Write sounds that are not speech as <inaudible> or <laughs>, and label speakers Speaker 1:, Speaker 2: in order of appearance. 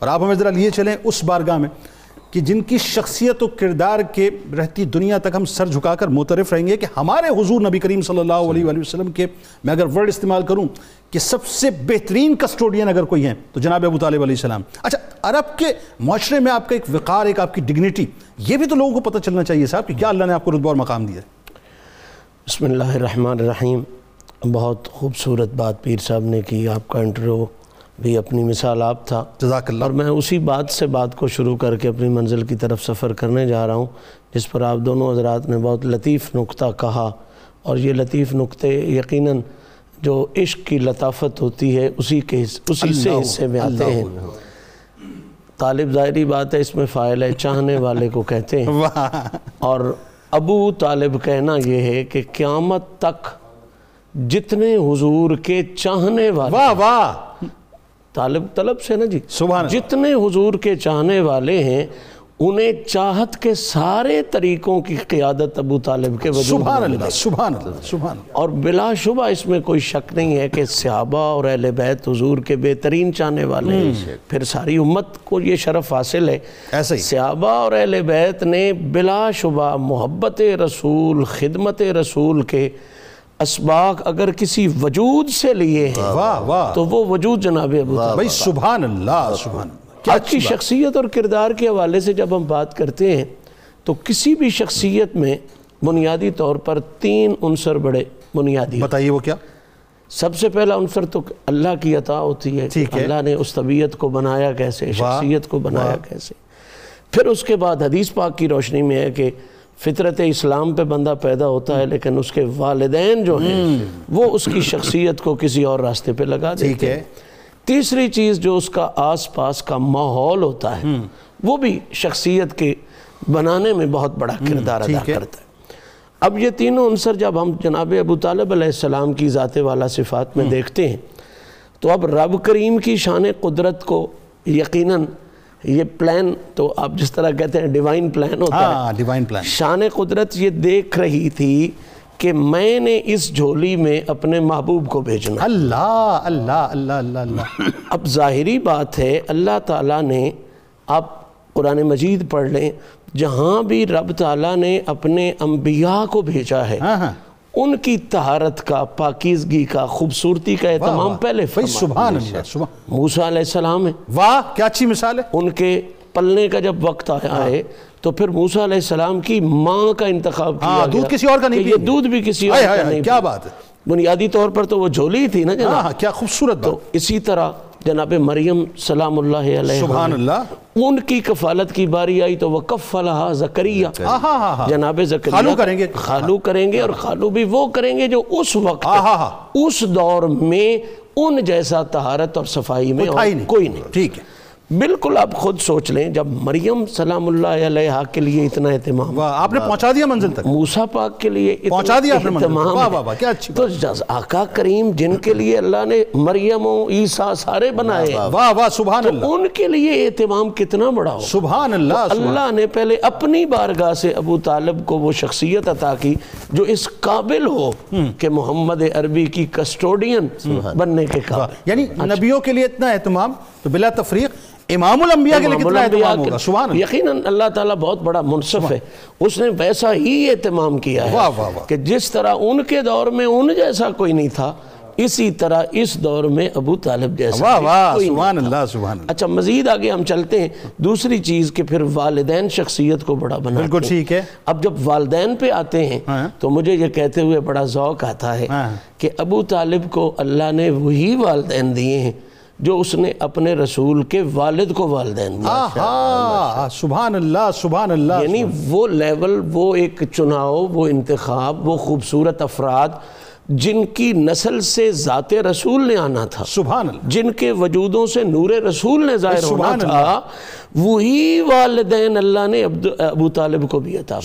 Speaker 1: اور آپ ہمیں ذرا لیے چلیں اس بارگاہ میں کہ جن کی شخصیت و کردار کے رہتی دنیا تک ہم سر جھکا کر معترف رہیں گے کہ ہمارے حضور نبی کریم صلی اللہ علیہ وآلہ وسلم کے میں اگر ورڈ استعمال کروں کہ سب سے بہترین کسٹوڈین اگر کوئی ہیں تو جناب ابو طالب علیہ السلام اچھا عرب کے معاشرے میں آپ کا ایک وقار ایک آپ کی ڈگنیٹی یہ بھی تو لوگوں کو پتہ چلنا چاہیے صاحب کہ کیا اللہ نے آپ کو رتبہ اور مقام دیا ہے
Speaker 2: بسم اللہ الرحمن الرحیم بہت خوبصورت بات پیر صاحب نے کی آپ کا انٹرو بھی اپنی مثال آپ تھا
Speaker 1: جزاک اللہ
Speaker 2: اور میں اسی بات سے بات کو شروع کر کے اپنی منزل کی طرف سفر کرنے جا رہا ہوں جس پر آپ دونوں حضرات نے بہت لطیف نقطہ کہا اور یہ لطیف نقطے یقیناً جو عشق کی لطافت ہوتی ہے اسی کے حص- اسی سے
Speaker 1: اللہ
Speaker 2: حصے میں آتے
Speaker 1: اللہ
Speaker 2: ہیں طالب ظاہری بات ہے اس میں فائل ہے چاہنے والے کو کہتے ہیں
Speaker 1: واہ
Speaker 2: اور ابو طالب کہنا یہ ہے کہ قیامت تک جتنے حضور کے چاہنے والے
Speaker 1: واہ واہ
Speaker 2: طالب طلب سے نا جی
Speaker 1: سبحان اللہ
Speaker 2: جتنے حضور کے چاہنے والے ہیں انہیں چاہت کے سارے طریقوں کی قیادت ابو طالب کے وجود
Speaker 1: سبحان
Speaker 2: میں
Speaker 1: اللہ سبحان اللہ سبحان اللہ
Speaker 2: اور بلا شبہ اس میں کوئی شک نہیں ہے کہ صحابہ اور اہل بیت حضور کے بہترین چاہنے والے ہیں پھر ساری امت کو یہ شرف حاصل ہے
Speaker 1: ایسے ہی
Speaker 2: صحابہ اور اہل بیت نے بلا شبہ محبت رسول خدمت رسول کے اسباق اگر کسی وجود سے لیے ہیں
Speaker 1: واہ واہ
Speaker 2: تو وہ وجود جناب ابو طالب
Speaker 1: بھائی سبحان اللہ سبحان اللہ کیا
Speaker 2: آج کی شخصیت اور کردار کے حوالے سے جب ہم بات کرتے ہیں تو کسی بھی شخصیت میں بنیادی طور پر تین عنصر بڑے بنیادی ہوتے ہیں۔
Speaker 1: بتائیے وہ کیا
Speaker 2: سب سے پہلا عنصر تو اللہ کی عطا ہوتی ہے کہ
Speaker 1: ٹھیک ہے۔
Speaker 2: اللہ نے اس طبیعت کو بنایا کیسے
Speaker 1: واہ،
Speaker 2: شخصیت کو بنایا کیسے پھر اس کے بعد حدیث پاک کی روشنی میں ہے کہ فطرت اسلام پہ بندہ پیدا ہوتا ہے لیکن اس کے والدین جو ہیں وہ اس کی شخصیت کو کسی اور راستے پہ لگا دیتے ہیں
Speaker 1: ٹھیک ہے
Speaker 2: تیسری چیز جو اس کا آس پاس کا ماحول ہوتا ہے وہ بھی شخصیت کے بنانے میں بہت بڑا کردار ادا
Speaker 1: ٹھیک ہے۔
Speaker 2: کرتا ہے اب یہ تینوں عنصر جب ہم جناب ابو طالب علیہ السلام کی ذات والا صفات میں دیکھتے ہیں تو اب رب کریم کی شان قدرت کو یقیناً یہ پلان تو آپ جس طرح کہتے ہیں ڈیوائن پلان ہوتا ہے
Speaker 1: ہاں ڈیوائن پلان
Speaker 2: شان قدرت یہ دیکھ رہی تھی کہ میں نے اس جھولی میں اپنے محبوب کو بھیجنا ہے۔
Speaker 1: اللہ اللہ اللہ اللہ <laughs> اللہ
Speaker 2: اب ظاہری بات ہے اللہ تعالیٰ نے آپ قرآن مجید پڑھ لیں جہاں بھی رب تعالیٰ نے اپنے انبیاء کو بھیجا ہے
Speaker 1: ہاں ہاں
Speaker 2: ان کی طہارت کا پاکیزگی کا خوبصورتی کا اہتمام پہلے
Speaker 1: بھائی
Speaker 2: فرمایا
Speaker 1: سبحان اللہ سبحان
Speaker 2: موسیٰ علیہ السلام ہیں
Speaker 1: واہ کیا اچھی مثال ہے
Speaker 2: ان کے پلنے کا جب وقت
Speaker 1: ہاں۔
Speaker 2: آیا ہے تو پھر موسیٰ علیہ السلام کی ماں کا انتخاب کیا
Speaker 1: ہاں دودھ کسی اور کا نہیں
Speaker 2: کہ یہ دودھ بھی کسی اور کا نہیں
Speaker 1: کیا بات ہے
Speaker 2: بنیادی طور پر تو وہ جھولی ہی تھی نا جناب
Speaker 1: ہاں ہاں کیا خوبصورت
Speaker 2: تو اسی طرح جناب مریم سلام اللہ علیہ
Speaker 1: سبحان اللہ
Speaker 2: ان کی کفالت کی باری آئی تو وہ کفلہ زکریہ
Speaker 1: ہاں ہاں ہاں
Speaker 2: جناب زکریہ
Speaker 1: خالو کریں گے
Speaker 2: خالو کریں گے اور خالو بھی وہ کریں گے جو اس وقت
Speaker 1: ہاں ہاں ہاں
Speaker 2: اس دور میں ان جیسا طہارت اور صفائی میں اور
Speaker 1: اٹھائی نہیں
Speaker 2: کوئی نہیں
Speaker 1: ٹھیک ہے
Speaker 2: بالکل آپ خود سوچ لیں جب مریم سلام اللہ علیہ کے لیے اتنا اہتمام
Speaker 1: واہ آپ نے پہنچا دیا منزل تک
Speaker 2: موسیٰ پاک کے لیے اتنا
Speaker 1: پہنچا دیا آپ نے منزل
Speaker 2: اہتمام
Speaker 1: واہ
Speaker 2: ہے۔
Speaker 1: واہ واہ کیا اچھی
Speaker 2: تو جز- آقا کریم جن کے لیے اللہ نے مریم و عیسیٰ سارے بنائے ہیں
Speaker 1: واہ واہ سبحان اللہ
Speaker 2: ان کے لیے اہتمام کتنا بڑا ہو
Speaker 1: سبحان اللہ
Speaker 2: اللہ نے پہلے اپنی بارگاہ سے ابو طالب کو وہ شخصیت عطا کی جو اس قابل ہو کہ محمد عربی کی کسٹوڈین بننے کے قابل
Speaker 1: یعنی نبیوں کے لیے اتنا اہتمام تو بلا تفریق امام الانبیاء کے لیے کتنا اہتمام ہوگا سبحان اللہ
Speaker 2: یقیناً اللہ تعالیٰ بہت بڑا منصف ہے اس نے ویسا ہی اہتمام کیا
Speaker 1: واہ،
Speaker 2: ہے
Speaker 1: واہ، واہ۔
Speaker 2: کہ جس طرح ان کے دور میں ان جیسا کوئی نہیں تھا اسی طرح اس دور میں ابو طالب جیسا
Speaker 1: واہ
Speaker 2: بھی
Speaker 1: واہ
Speaker 2: کوئی نہیں
Speaker 1: سبحان اللہ سبحان اللہ
Speaker 2: اچھا مزید آگے ہم چلتے ہیں دوسری چیز کہ پھر والدین شخصیت کو بڑا بنا
Speaker 1: بالکل ٹھیک ہے
Speaker 2: اب جب والدین پہ آتے ہیں
Speaker 1: ہاں۔
Speaker 2: تو مجھے یہ کہتے ہوئے بڑا ذوق آتا ہے
Speaker 1: ہاں۔
Speaker 2: کہ ابو طالب کو اللہ نے وہی والدین دیے ہیں جو اس نے اپنے رسول کے والد کو والدین دیے
Speaker 1: ہاں۔ آہا سبحان اللہ سبحان اللہ
Speaker 2: یعنی وہ لیول وہ ایک چناؤ وہ انتخاب وہ خوبصورت افراد جن کی نسل سے ذات رسول نے آنا تھا
Speaker 1: سبحان اللہ
Speaker 2: جن کے وجودوں سے نور رسول نے ظاہر ہونا
Speaker 1: سبحان
Speaker 2: تھا وہی والدین اللہ نے عبد- ابو طالب کو بھی عطا